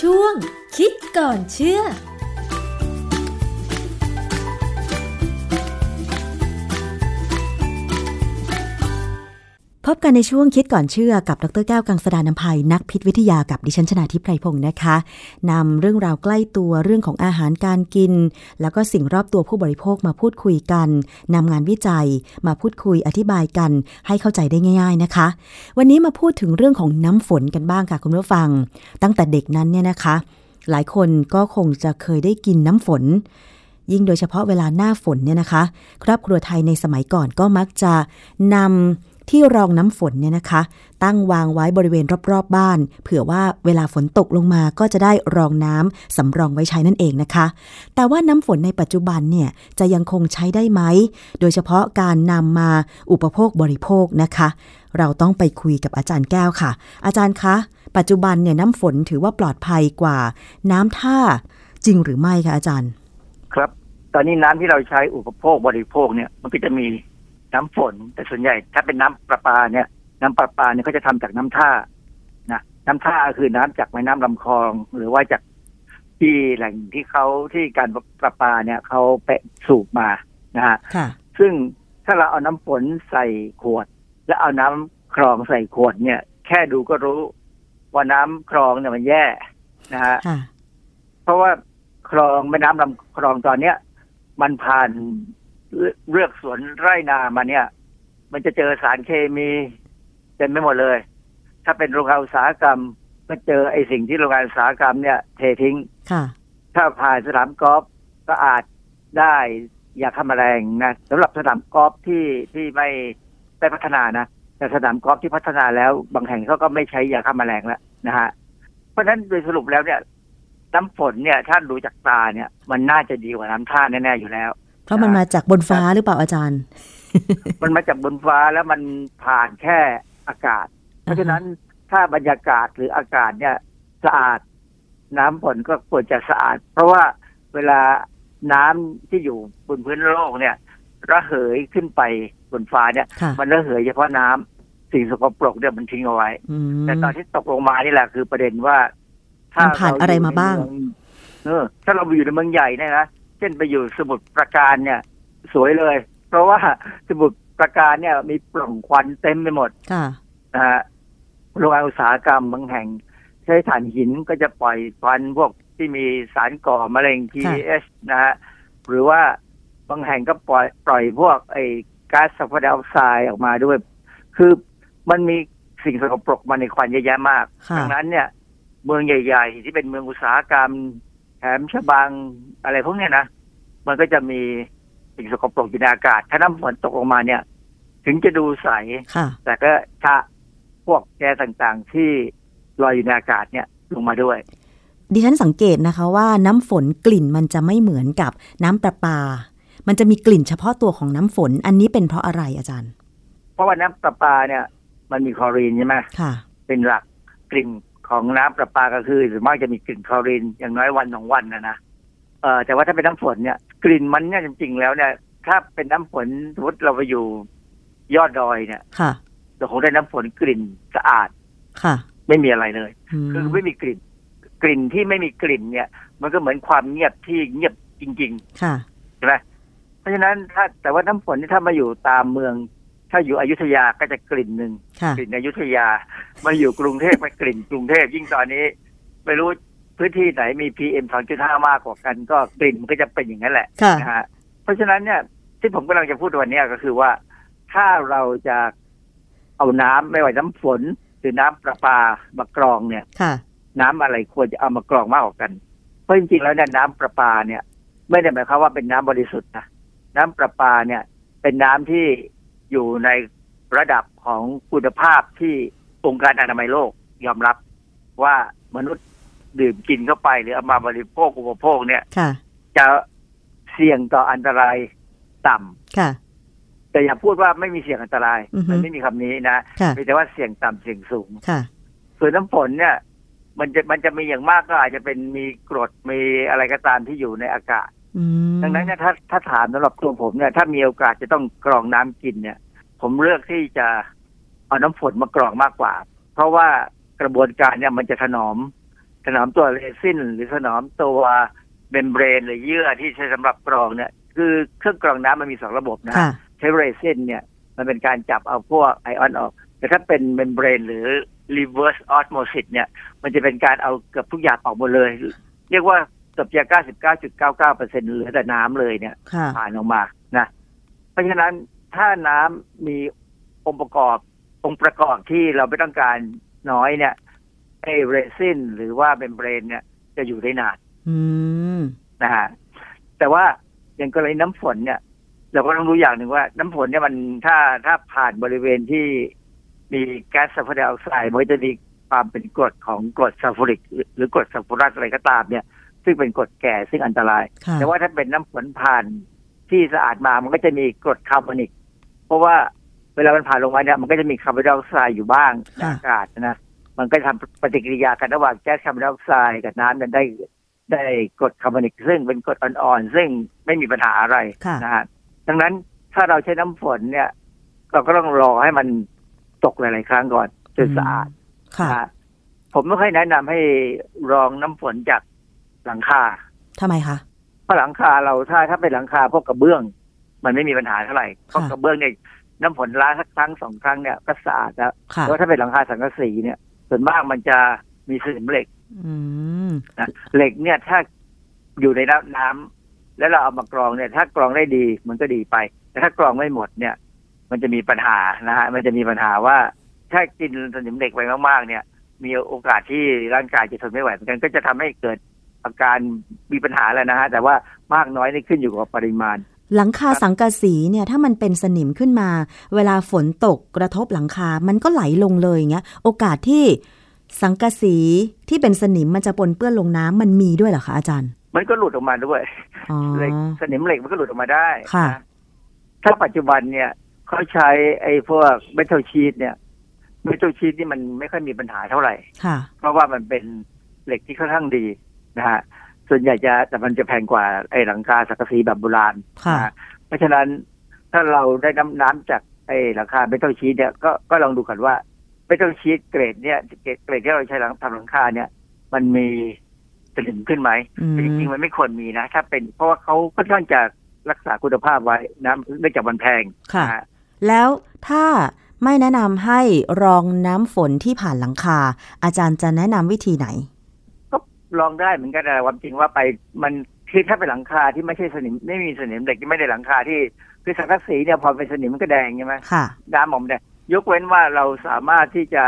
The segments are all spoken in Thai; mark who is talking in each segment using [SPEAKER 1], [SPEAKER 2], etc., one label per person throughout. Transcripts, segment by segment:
[SPEAKER 1] ช่วง คิดก่อนเชื่อ
[SPEAKER 2] พบกันในช่วงคิดก่อนเชื่อกับดรแก้วกังสดานนภัยนักพิษวิทยากับดิฉันชนาทิพไพรพงศ์นะคะนำเรื่องราวใกล้ตัวเรื่องของอาหารการกิน แล้วก็สิ่งรอบตัวผู้บริโภคมาพูดคุยกันนำงานวิจัยมาพูดคุยอธิบายกันให้เข้าใจได้ง่าย ๆนะคะ วันนี้มาพูดถึงเรื่องของน้ำฝนกันบ้างค่ะคุณผู้ฟัง ตั้งแต่เด็กนั้นเนี่ยนะคะ หลายคนก็คงจะเคยได้กินน้ำฝน ยิ่งโดยเฉพาะเวลาหน้าฝนเนี่ยนะคะ ครอบครัวไทยในสมัยก่อนก็มักจะนำที่รองน้ำฝนเนี่ยนะคะ ตั้งวางไว้บริเวณรอบๆบบ้าน เผื่อว่าเวลาฝนตกลงมาก็จะได้รองน้ำสำรองไว้ใช้นั่นเองนะคะ แต่ว่าน้ำฝนในปัจจุบันเนี่ยจะยังคงใช้ได้ไหม โดยเฉพาะการนำมาอุปโภคบริโภคนะคะ เราต้องไปคุยกับอาจารย์แก้วค่ะ อาจารย์คะ ปัจจุบันเนี่ยน้ำฝนถือว่าปลอดภัยกว่า น้ำท่าจริงหรือไม่คะอาจารย์
[SPEAKER 3] ครับ ตอนนี้น้ำที่เราใช้อุปโภคบริโภคเนี่ย มันก็จะมีน้ำฝน แต่ส่วนใหญ่ถ้าเป็นน้ำประปาเนี่ย น้ำประปาเนี่ยก็จะทำจากน้ำท่านะน้ำท่าคือน้ำจากแม่น้ำลำคลอง หรือว่าจากที่แหล่งที่เขาที่การประปาเนี่ยเขาแปะสูบมานะฮะ
[SPEAKER 2] ค่ะ
[SPEAKER 3] ซึ่งถ้าเราเอาน้ำฝนใส่ขวด และเอาน้ำคลองใส่ขวดเนี่ย แค่ดูก็รู้ว่าน้ำคลองเนี่ยมันแย่นะฮะ
[SPEAKER 2] ค่ะ
[SPEAKER 3] เพราะว่าคลองแม่น้ำลำคลองตอนเนี้ย มันผ่านเลืเลือกสวนไร่นามาเนี่ย มันจะเจอสารเคมีเต็มไม่หมดเลย ถ้าเป็นโรงงานอุตสาหกรรม ก็เจอไอ้สิ่งที่โรงงานอุตสาหกรรมเนี่ยเททิ้ง
[SPEAKER 2] ค่ะ
[SPEAKER 3] ถ้าผ่านสนามกอล์ฟก็อาจได้ยาฆ่าแมลงนะสำหรับสนามกอล์ฟที่ที่ไม่ได้พัฒนานะแต่สนามกอล์ฟที่พัฒนาแล้ว บางแห่งเขาก็ไม่ใช้ยาฆ่าแมลงแล้วนะฮะเพราะฉะนั้นโดยสรุปแล้วเนี่ยน้ำฝนเนี่ยถ้าดูจากตาเนี่ย มันน่าจะดีกว่าน้ำท่าแน่ๆอยู่แล้ว
[SPEAKER 2] เพราะมันมาจากบนฟ้าหรือเปล่าอาจารย์
[SPEAKER 3] มันมาจากบนฟ้าแล้วมันผ่านแค่อากาศ เพราะฉะนั้นถ้าบรรยากาศหรืออากาศเนี่ยสะอาด น้ำฝนก็ควรจะสะอาด เพราะว่าเวลาน้ำที่อยู่บนพื้นโลกเนี่ย ระเหยขึ้นไปบนฟ้าเนี่ย
[SPEAKER 2] ค่ะ
[SPEAKER 3] มันระเหยเฉพาะน้ำสิ่งสกปรกเนี่ยมันทิ้งเอาไว้
[SPEAKER 2] อืม
[SPEAKER 3] แต่ตอนที่ตกลงมานี่แหละคือประเด็นว่าถ้า
[SPEAKER 2] มันผ่านอะไรมาบ้าง
[SPEAKER 3] เรอยู่ในเมืองเออ ถ้าเราอยู่ในเมืองใหญ่เนี่ยนะเช่นไปอยู่สมุทรปราการเนี่ย สวยเลย เพราะว่าสมุทรปราการเนี่ย มีปล่องควันเต็มไปหมด
[SPEAKER 2] ค่ะ
[SPEAKER 3] นะฮะโรงงานอุตสาหกรรมบางแห่ง ใช้ถ่านหินก็จะปล่อยควันพวกที่มีสารก่อมะเร็ง PES นะฮะหรือว่าบางแห่งก็ปล่อยปล่อยพวกไอ้ก๊าซซัลเฟอร์ไดออกไซด์ออกมาด้วย คือมันมีสิ่งสกปรกมาในควันเยอะแยะมาก
[SPEAKER 2] ค่ะ
[SPEAKER 3] ดังนั้นเนี่ย เมืองใหญ่ ๆ ที่เป็นเมืองอุตสาหกรรมแถมฉบังอะไรพวกเนี้ยนะ มันก็จะมีสิ่งสกปรกอยู่ในอากาศ ถ้าน้ำฝนตกลงมาเนี่ย ถึงจะดูใส
[SPEAKER 2] ค่ะ
[SPEAKER 3] แต่ก็ชะพวกแกสต่างๆ ที่ลอยอยู่ในอากาศเนี่ยลงมาด้วย
[SPEAKER 2] ดิฉันสังเกตนะคะว่าน้ำฝนกลิ่นมันจะไม่เหมือนกับน้ำประปา มันจะมีกลิ่นเฉพาะตัวของน้ำฝน อันนี้เป็นเพราะอะไรอาจารย์
[SPEAKER 3] เพราะว่าน้ำประปาเนี่ย มันมีคลอรีนใช่ไหม
[SPEAKER 2] ค่ะ
[SPEAKER 3] เป็นหลักกลิ่นของน้ำประปาก็คือส่วนมากจะมีกลิ่นคลอรีนอย่างน้อยวันสองวันนะนะเออแต่ว่าถ้าเป็นน้ำฝนเนี่ย กลิ่นมันเนี่ยจริงๆแล้วเนี่ย ถ้าเป็นน้ำฝนสมมติเราไปอยู่ยอดดอยเนี่ย
[SPEAKER 2] ค่ะ
[SPEAKER 3] เราคงได้น้ำฝนกลิ่นสะอาด
[SPEAKER 2] ค่ะ
[SPEAKER 3] ไม่มีอะไรเลย
[SPEAKER 2] ม
[SPEAKER 3] คือไม่มีกลิ่น กลิ่นที่ไม่มีกลิ่นเนี่ย มันก็เหมือนความเงียบที่เงียบจริง ๆ
[SPEAKER 2] ค่ะ
[SPEAKER 3] ใช่ไหมเพราะฉะนั้นถ้าแต่ว่าน้ำฝนนี่ถ้ามาอยู่ตามเมือง ถ้าอยู่อยุธยาก็จะกลิ่นหนึ่ง
[SPEAKER 2] ค่ะ
[SPEAKER 3] กลิ่นอยุธยา มาอยู่กรุงเทพไปกลิ่นกรุงเทพยิ่งตอนนี้ ไม่รู้พื้นที่ไหนมีพีเอมสองจุดห้ามากกว่ากัน ก็กลิ่นมันก็จะเป็นอย่างนั้นแหละ
[SPEAKER 2] ค่ะ
[SPEAKER 3] นะฮะเพราะฉะนั้นเนี่ย ที่ผมกำลังจะพูดวันเนี้ยก็คือว่า ถ้าเราจะเอาน้ำไม่ว่าน้ำฝน หรือน้ำประปามากรองเนี่ย
[SPEAKER 2] ค่ะ
[SPEAKER 3] น้ำอะไรควรจะเอามากรองมากกว่ากัน เพราะจริงๆ แล้วเนี่ยน้ำประปาเนี่ย ไม่ได้หมายความว่าเป็นน้ำบริสุทธิ์นะน้ำประปาเนี่ย เป็นน้ำที่อยู่ในระดับของคุณภาพที่องค์การอนามัยโลกยอมรับว่ามนุษย์ดื่มกินเข้าไป หรือเอามาบริโภคอุปโภคเนี่ย
[SPEAKER 2] ค่ะ
[SPEAKER 3] จะเสี่ยงต่ออันตรายต่ำ
[SPEAKER 2] ค่ะ
[SPEAKER 3] แต่อย่าพูดว่าไม่มีเสี่ยงอันตราย
[SPEAKER 2] อือฮึ
[SPEAKER 3] มันไม่มีคำนี้นะ
[SPEAKER 2] ค่ะ
[SPEAKER 3] มีแต่ว่าเสี่ยงต่ำเสี่ยงสูง
[SPEAKER 2] ค่ะ
[SPEAKER 3] ส่วนน้ำฝนเนี่ย มันจะมันจะมีอย่างมากก็อาจจะเป็นมีกรดมีอะไรก็ตามที่อยู่ในอากาศ
[SPEAKER 2] อืม
[SPEAKER 3] ดังนั้นเนี่ยถ้าถ้าถามสำหรับตัวผมเนี่ย ถ้ามีโอกาสจะต้องกรองน้ำกินเนี่ย ผมเลือกที่จะเอาน้ำฝนมากรองมากกว่า เพราะว่ากระบวนการเนี่ยมันจะถนอม ถนอมตัวเรซินหรือถนอมตัวเมมเบรนหรือเยื่อที่ใช้สำหรับกรองเนี่ย คือเครื่องกรองน้ำมันมีสองระบบนะ
[SPEAKER 2] ค่ะ
[SPEAKER 3] ใช้เรซินเนี่ยมันเป็นการจับเอาพวกไอออนออก แต่ถ้าเป็นเมมเบรนหรือ reverse osmosis เนี่ย มันจะเป็นการเอาเกือบทุกอย่างออกหมดเลย เรียกว่าเกือบจะ99.99%เหลือแต่น้ำเลยเนี่ย
[SPEAKER 2] ค่ะ
[SPEAKER 3] ผ่านออกมานะ เพราะฉะนั้นถ้าน้ำมีองค์ประกอบองค์ประกอบที่เราไม่ต้องการน้อยเนี่ยไอเรซินหรือว่าเบนเบรนเนี่ยจะอยู่ได้นาน
[SPEAKER 2] อืม
[SPEAKER 3] นะฮะแต่ว่าอย่างกรณีน้ำฝนเนี่ย เราก็ต้องรู้อย่างหนึ่งว่า น้ำฝนเนี่ยมันถ้าถ้าผ่านบริเวณที่มีแก๊สซัลเฟอร์ไดออกไซด์มันก็จะมีความเป็นกรดของกรดซัลฟูริก หรือกรดซัลฟูรัสอะไรก็ตามเนี่ย ซึ่งเป็นกรดแก่ซึ่งอันตราย
[SPEAKER 2] ค่ะ
[SPEAKER 3] แต่ว่าถ้าเป็นน้ำฝนผ่านที่สะอาดมามันก็จะมีกรดคาร์บอนิก เพราะว่าเวลามันผ่านลงมาเนี่ยมันก็จะมีคาร์บอนไดออกไซด์อยู่บ้างใน
[SPEAKER 2] ค่ะ
[SPEAKER 3] อากาศนะ มันก็ทำปฏิกิริยากันระหว่างแก๊สคาร์บอนไดออกไซด์กับน้ำนั้นได้ได้กรดคาร์บอนิก ซึ่งเป็นกรดอ่อนๆ ซึ่งไม่มีปัญหาอะไร
[SPEAKER 2] ค่ะ
[SPEAKER 3] นะฮะดังนั้นถ้าเราใช้น้ำฝนเนี่ย เราก็ต้องรอให้มันตกหลายๆครั้งก่อนจนสะอาด
[SPEAKER 2] ค่ะ
[SPEAKER 3] นะฮะผมไม่ค่อยแนะนำให้รองน้ำฝนจากหลังคา
[SPEAKER 2] ทำไมคะ
[SPEAKER 3] เพราะหลังคาเราถ้าถ้าเป็นหลังคาพวกกระเบื้อง มันไม่มีปัญหาเท่าไหร่เพราะกระเบื้องเนี่ยน้ำฝนล้างสักครั้งสองครั้งเนี่ยก็สะอาดแล้ว
[SPEAKER 2] ค่ะ
[SPEAKER 3] แล้วถ้าเป็นหลังคาสังกะสีเนี่ย ส่วนมากมันจะมีสนิมเหล็ก
[SPEAKER 2] อืม
[SPEAKER 3] นะเหล็กเนี่ยถ้าอยู่ในน้ำน้ำแล้วเราเอามากรองเนี่ย ถ้ากรองได้ดีมันก็ดีไป แต่ถ้ากรองไม่หมดเนี่ย มันจะมีปัญหานะฮะมันจะมีปัญหาว่า ถ้ากินสนิมเหล็กไปมากๆ เนี่ย มีโอกาสที่ร่างกายจะทนไม่ไหวเหมือนกันก็จะทำให้เกิดอาการมีปัญหาแหล้วนะฮะแต่ว่ามากน้อยนี่ขึ้นอยู่กับปริมาณ
[SPEAKER 2] หลังคาสังกะสีเนี่ย ถ้ามันเป็นสนิมขึ้นมา เวลาฝนตกกระทบหลังคา มันก็ไหลลงเลยอย่างเงี้ย โอกาสที่สังกะสีที่เป็นสนิมมันจะปนเปื้อนลงน้ำมันมีด้วยเหรอคะอาจารย์
[SPEAKER 3] มันก็หลุดออกมาด้วย
[SPEAKER 2] อ๋อ
[SPEAKER 3] เหล็กสนิมเหล็กมันก็หลุดออกมาได้
[SPEAKER 2] ค่ะ
[SPEAKER 3] นถ้าปัจจุบันเนี่ยเขาใช้ไอ้พวกเมทัลชีตเนี่ยเมทัลชีตนี่มันไม่ค่อยมีปัญหาเท่าไหร่
[SPEAKER 2] ค่ะ
[SPEAKER 3] เพราะว่ามันเป็นเหล็กที่ค่อนข้างดีนะฮะส่วนใหญ่จะแต่มันจะแพงกว่าไอ้หลังคาสังกะสีแบบโบราณ
[SPEAKER 2] ค่ะ
[SPEAKER 3] นะฮะเพราะฉะนั้นถ้าเราได้น้ำน้ำจากไอ้หลังคาเมทัลชีตเนี่ยก็ก็ลองดูก่อนว่าเมทัลชีตเกรดเนี่ยเกรดเกรดที่เราใช้หลังทำหลังคาเนี่ย มันมีสนิมขึ้นไหม
[SPEAKER 2] อืม
[SPEAKER 3] จริงๆมันไม่ควรมีนะ ถ้าเป็นเพราะว่าเขาค่อนข้างจะรักษาคุณภาพไว้นะเนื่องจากมันแพง
[SPEAKER 2] ค่ะ
[SPEAKER 3] นะฮะ
[SPEAKER 2] แล้วถ้าไม่แนะนำให้รองน้ำฝนที่ผ่านหลังคา อาจารย์จะแนะนำวิธีไหน
[SPEAKER 3] ก็ลองได้เหมือนกันนะความจริงว่าไปมันคือถ้าเป็นหลังคาที่ไม่ใช่สนิมไม่มีสนิมเหล็กที่ไม่ได้หลังคาที่คือสังกะสีเนี่ยพอเป็นสนิมมันก็แดงใช่ไหม
[SPEAKER 2] ค่ะ
[SPEAKER 3] น้ำออกมาแดงยกเว้นว่าเราสามารถที่จะ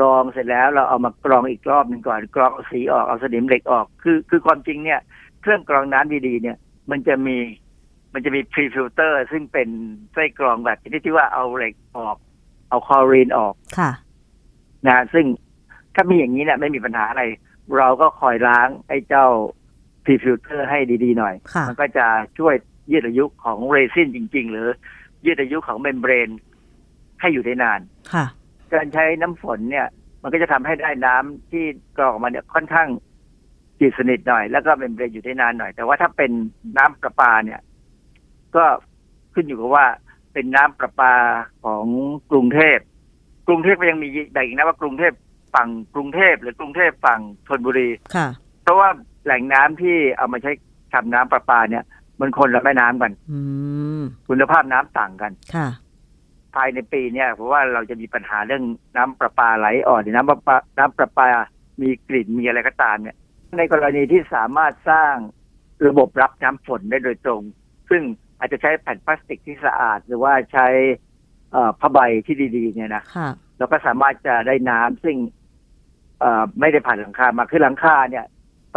[SPEAKER 3] รองเสร็จแล้ว เราเอามากรองอีกรอบหนึ่งก่อนกรองเอาสีออกเอาสนิมเหล็กออก คือคือความจริงเนี่ย เครื่องกรองน้ำดีๆเนี่ย มันจะมีมันจะมีพรีฟิลเตอร์ซึ่งเป็นไส้กรองแบบชนิดที่ว่าเอาเหล็กออก เอาคลอรีนออก
[SPEAKER 2] ค่ะ
[SPEAKER 3] นะซึ่งถ้ามีอย่างนี้เนี่ยไม่มีปัญหาอะไร เราก็คอยล้างไอ้เจ้าพรีฟิลเตอร์ให้ดีๆหน่อย
[SPEAKER 2] ค่ะ
[SPEAKER 3] มันก็จะช่วยยืดอายุของเรซินจริง ๆ หรือยืดอายุของเมมเบรน ให้อยู่ได้นาน
[SPEAKER 2] ค่ะ
[SPEAKER 3] การใช้น้ำฝนเนี่ย มันก็จะทำให้ได้น้ำที่กรองออกมาเนี่ยค่อนข้างจืดสนิทหน่อย แล้วก็เป็นเบรนอยู่ได้นานหน่อย แต่ว่าถ้าเป็นน้ำประปาเนี่ย ก็ขึ้นอยู่กับว่าเป็นน้ำประปาของกรุงเทพกรุงเทพก็ยังมีแบ่งอีกนะว่ากรุงเทพฝั่งกรุงเทพหรือกรุงเทพฝั่งธนบุรี
[SPEAKER 2] ค่ะ
[SPEAKER 3] เพราะว่าแหล่งน้ำที่เอามาใช้ทำน้ำประปาเนี่ย มันคนละแม่น้ำกัน
[SPEAKER 2] อืม
[SPEAKER 3] คุณภาพน้ำต่างกัน
[SPEAKER 2] ค่ะ
[SPEAKER 3] ภายในปีเนี่ยเพราะว่าเราจะมีปัญหาเรื่องน้ำประปาไหลอ่อนหรือน้ำประปาน้ำประปา มีกลิ่นมีอะไรก็ตามเนี่ย ในกรณีที่สามารถสร้างระบบรับน้ำฝนได้โดยตรง ซึ่งอาจจะใช้แผ่นพลาสติกที่สะอาด หรือว่าใช้เอ่อผ้าใบที่ดีๆเนี่ยนะ
[SPEAKER 2] ค่ะ
[SPEAKER 3] เราก็สามารถจะได้น้ำซึ่งเอ่อไม่ได้ผ่านหลังคามาคือหลังคาเนี่ย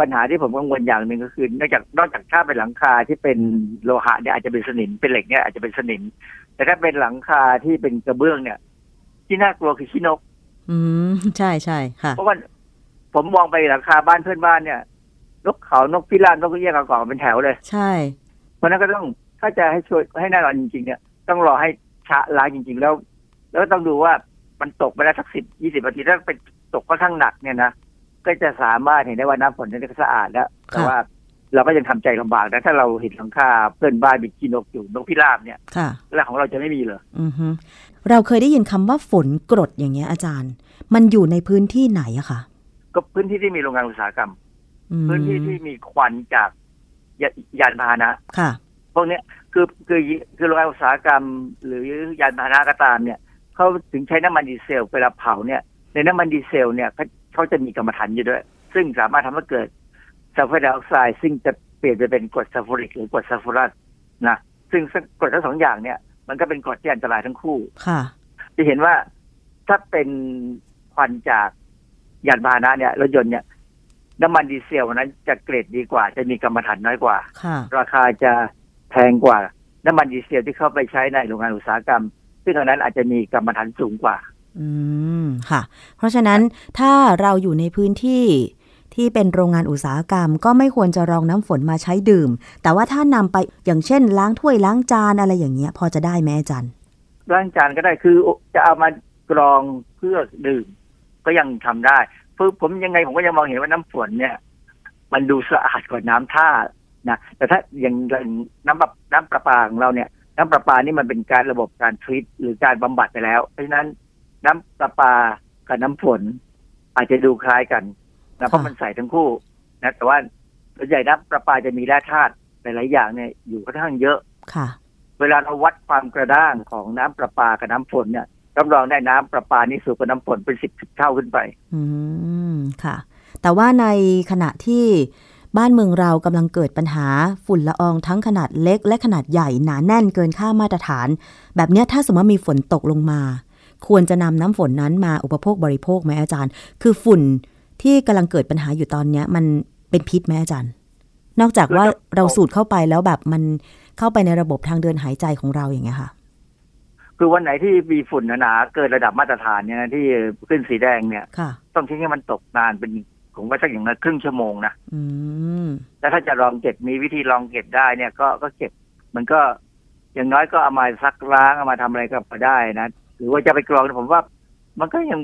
[SPEAKER 3] ปัญหาที่ผมกังวลอย่างหนึ่งก็คือนอกจากนอกจากถ้าเป็นหลังคาที่เป็นโลหะเนี่ยอาจจะเป็นสนิมเป็นเหล็กเนี่ยอาจจะเป็นสนิม แต่ถ้าเป็นหลังคาที่เป็นกระเบื้องเนี่ย ที่น่ากลัวคือขี้นก
[SPEAKER 2] อืม ใช่ใช่ค่ะ
[SPEAKER 3] เพราะว่าผมมองไปหลังคาบ้านเพื่อนบ้านเนี่ย นกเขานกพิราบนกกระเอี้ยงกระกองเป็นแถวเลย
[SPEAKER 2] ใช่
[SPEAKER 3] เพราะฉะนั้นก็ต้องถ้าจะให้ช่วยให้แน่นอนจริงๆเนี่ยต้องรอให้ชะล้างจริง ๆ แล้ว แล้วก็ต้องดูว่ามันตกไปแล้วสักสิบยี่สิบนาทีถ้าเป็นตกค่อนข้างหนักเนี่ยนะก็จะสามารถเห็นได้ว่าน้ำฝนนั้นก็สะอาดแล้วแต่ว่าเราก็ยังทำใจลำบากนะถ้าเราเห็นหลังคาเพื่อนบ้านมีขี้นกอยู่นกพิราบเนี่ย
[SPEAKER 2] ค่ะ
[SPEAKER 3] แล้วของเราจะไม่มีเหรอ
[SPEAKER 2] อือฮึเราเคยได้ยินคำว่าฝนกรดอย่างเงี้ยอาจารย์ มันอยู่ในพื้นที่ไหนอะคะ
[SPEAKER 3] ก็พื้นที่ที่มีโรงงานอุตสาหกรรม
[SPEAKER 2] อืม
[SPEAKER 3] พื้นที่ที่มีควันจากยายานพาหนะ
[SPEAKER 2] ค่ะ
[SPEAKER 3] พวกเนี้ยคือคือคือโรงงานอุตสาหกรรม หรือยานพาหนะก็ตามเนี่ยเขาถึงใช้น้ำมันดีเซลเวลาเผาเนี่ย ในน้ำมันดีเซลเนี่ยเขาเขาจะมีกรรมฐานอยู่ด้วย ซึ่งสามารถทำให้เกิดซัลเฟอร์ไดออกไซด์ซึ่งจะเปลี่ยนไปเป็นกรดซัลฟูริกหรือกรดซัลฟูรัสนะซึ่งซึ่งกรดทั้งสองอย่างเนี่ย มันก็เป็นกรดที่อันตรายทั้งคู่
[SPEAKER 2] ค่ะ
[SPEAKER 3] จะเห็นว่าถ้าเป็นควันจากยานพาหนะเนี่ยรถยนต์เนี่ย น้ำมันดีเซลนั้นจะเกรดดีกว่า จะมีกรรมฐานน้อยกว่า
[SPEAKER 2] ค่ะ
[SPEAKER 3] ราคาจะแพงกว่า น้ำมันดีเซลที่เข้าไปใช้ในโรงงานอุตสาหกรรม ซึ่งอันนั้นอาจจะมีกรรมฐานสูงกว่า
[SPEAKER 2] อืม ค่ะ เพราะฉะนั้นถ้าเราอยู่ในพื้นที่ที่เป็นโรงงานอุตสาหกรรม ก็ไม่ควรจะรองน้ำฝนมาใช้ดื่ม แต่ว่าถ้านำไปอย่างเช่น ล้างถ้วยล้างจานอะไรอย่างเงี้ย พอจะได้ไหมอาจารย์
[SPEAKER 3] ล้างจานก็ได้คือจะเอามากรองเพื่อดื่ม ก็ยังทำได้เพราะผมยังไงผมก็ยังมองเห็นว่าน้ำฝนเนี่ย มันดูสะอาดกว่าน้ำท่านะแต่ถ้าอย่างอย่างน้ำประน้ำประปาของเราเนี่ย น้ำประปานี่มันเป็นการระบบการทรีตหรือการบำบัดไปแล้ว เพราะฉะนั้นน้ำประปากับน้ำฝน อาจจะดูคล้ายกันนะเพราะมันใสทั้งคู่นะแต่ว่าส่วนใหญ่น้ำประปาจะมีแร่ธาตุหลายๆอย่างเนี่ยอยู่ค่อนข้างเยอะ
[SPEAKER 2] ค่ะ
[SPEAKER 3] เวลาเราวัดความกระด้างของน้ำประปากับน้ำฝนเนี่ยรับรองได้น้ำประปานี่สูงกว่าน้ำฝนเป็นสิบเท่าขึ้นไป
[SPEAKER 2] อืม ค่ะ แต่ว่าในขณะที่บ้านเมืองเรากำลังเกิดปัญหาฝุ่นละอองทั้งขนาดเล็ก และขนาดใหญ่หนาแน่นเกินค่ามาตรฐาน แบบเนี้ยถ้าสมมติว่ามีฝนตกลงมา ควรจะนำน้ำฝนนั้นมาอุปโภคบริโภคไหมอาจารย์ คือฝุ่นที่กำลังเกิดปัญหาอยู่ตอนเนี้ย มันเป็นพิษไหมอาจารย์ นอกจากว่าเราสูดเข้าไปแล้วแบบมันเข้าไปในระบบทางเดินหายใจของเราอย่างเงี้ยค่ะ
[SPEAKER 3] คือวันไหนที่มีฝุ่นหนาๆเกินระดับมาตรฐานเนี่ยนะที่ขึ้นสีแดงเนี่ย
[SPEAKER 2] ค่ะ
[SPEAKER 3] ต้องทิ้งให้มันตกนานเป็นผมว่าสักอย่างน้อยครึ่งชั่วโมงนะ
[SPEAKER 2] อืม
[SPEAKER 3] แล้วถ้าจะลองเก็บมีวิธีลองเก็บได้เนี่ยก็ก็เก็บ มันก็อย่างน้อยก็เอามาซักล้างเอามาทำอะไรก็พอได้นะหรือว่าจะไปกรองเนี่ยผมว่า มันก็ยัง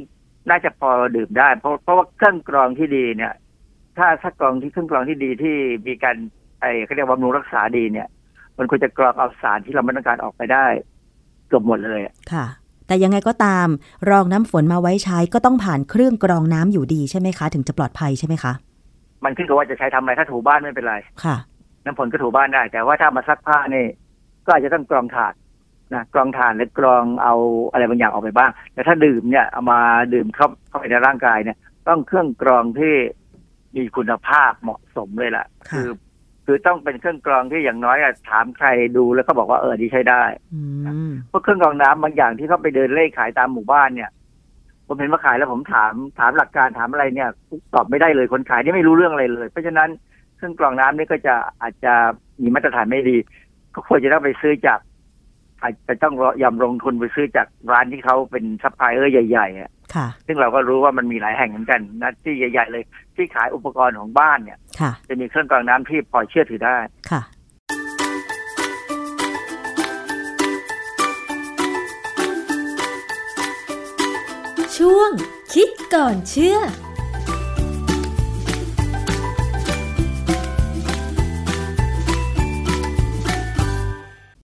[SPEAKER 3] น่าจะพอดื่มได้ เพราะเพราะว่าเครื่องกรองที่ดีเนี่ย ถ้าถ้ากรองที่เครื่องกรองที่ดีที่มีการไอ้เขาเรียกว่าบำรุงรักษาดีเนี่ย มันควรจะกรองเอาสารที่เราไม่ต้องการออกไปได้เกือบหมดเลยอะ
[SPEAKER 2] ค่ะ แต่ยังไงก็ตามรองน้ำฝนมาไว้ใช้ก็ต้องผ่านเครื่องกรองน้ำอยู่ดีใช่ไหมคะ ถึงจะปลอดภัยใช่ไหมคะ
[SPEAKER 3] มันขึ้นกับว่าจะใช้ทำอะไรถ้าถูบ้านไม่เป็นไร
[SPEAKER 2] ค่ะ
[SPEAKER 3] น้ำฝนก็ถูบ้านได้ แต่ว่าถ้ามาซักผ้านี่ก็อาจจะต้องกรองถาดนะกรองถาดหรือกรองเอาอะไรบางอย่างออกไปบ้าง แต่ถ้าดื่มเนี่ยเอามาดื่มเข้าเข้าไปในร่างกายเนี่ย ต้องเครื่องกรองที่มีคุณภาพเหมาะสมเลยล่ะ
[SPEAKER 2] ค่ะ
[SPEAKER 3] อคือต้องเป็นเครื่องกรองที่อย่างน้อยอะถามใครดูแล้วก็บอกว่าเออดีใช้ได้
[SPEAKER 2] อืม
[SPEAKER 3] พวกเครื่องกรองน้ำบางอย่างที่เขาไปเดินเล่ขายตามหมู่บ้านเนี่ย ผมเห็นว่าขายแล้วผมถามถามหลักการถามอะไรเนี่ย ตอบไม่ได้เลยคนขายนี่ไม่รู้เรื่องอะไรเลย เพราะฉะนั้นเครื่องกรองน้ำนี่ก็จะอาจจะมีมาตรฐานไม่ดี ก็ควรจะต้องไปซื้อจาก อาจจะต้องยอมลงทุนไปซื้อจากร้านที่เขาเป็นซัพพลายเออร์ใหญ่ๆอะ
[SPEAKER 2] ค่ะ
[SPEAKER 3] ซึ่งเราก็รู้ว่ามันมีหลายแห่งเหมือนกันนะที่ใหญ่ ๆ เลย ที่ขายอุปกรณ์ของบ้านเนี่ย
[SPEAKER 2] ค่ะ
[SPEAKER 3] จะมีเครื่องกรองน้ำที่พอเชื่อถือได้
[SPEAKER 2] ค่ะ
[SPEAKER 1] ช่วงคิดก่อนเชื่อ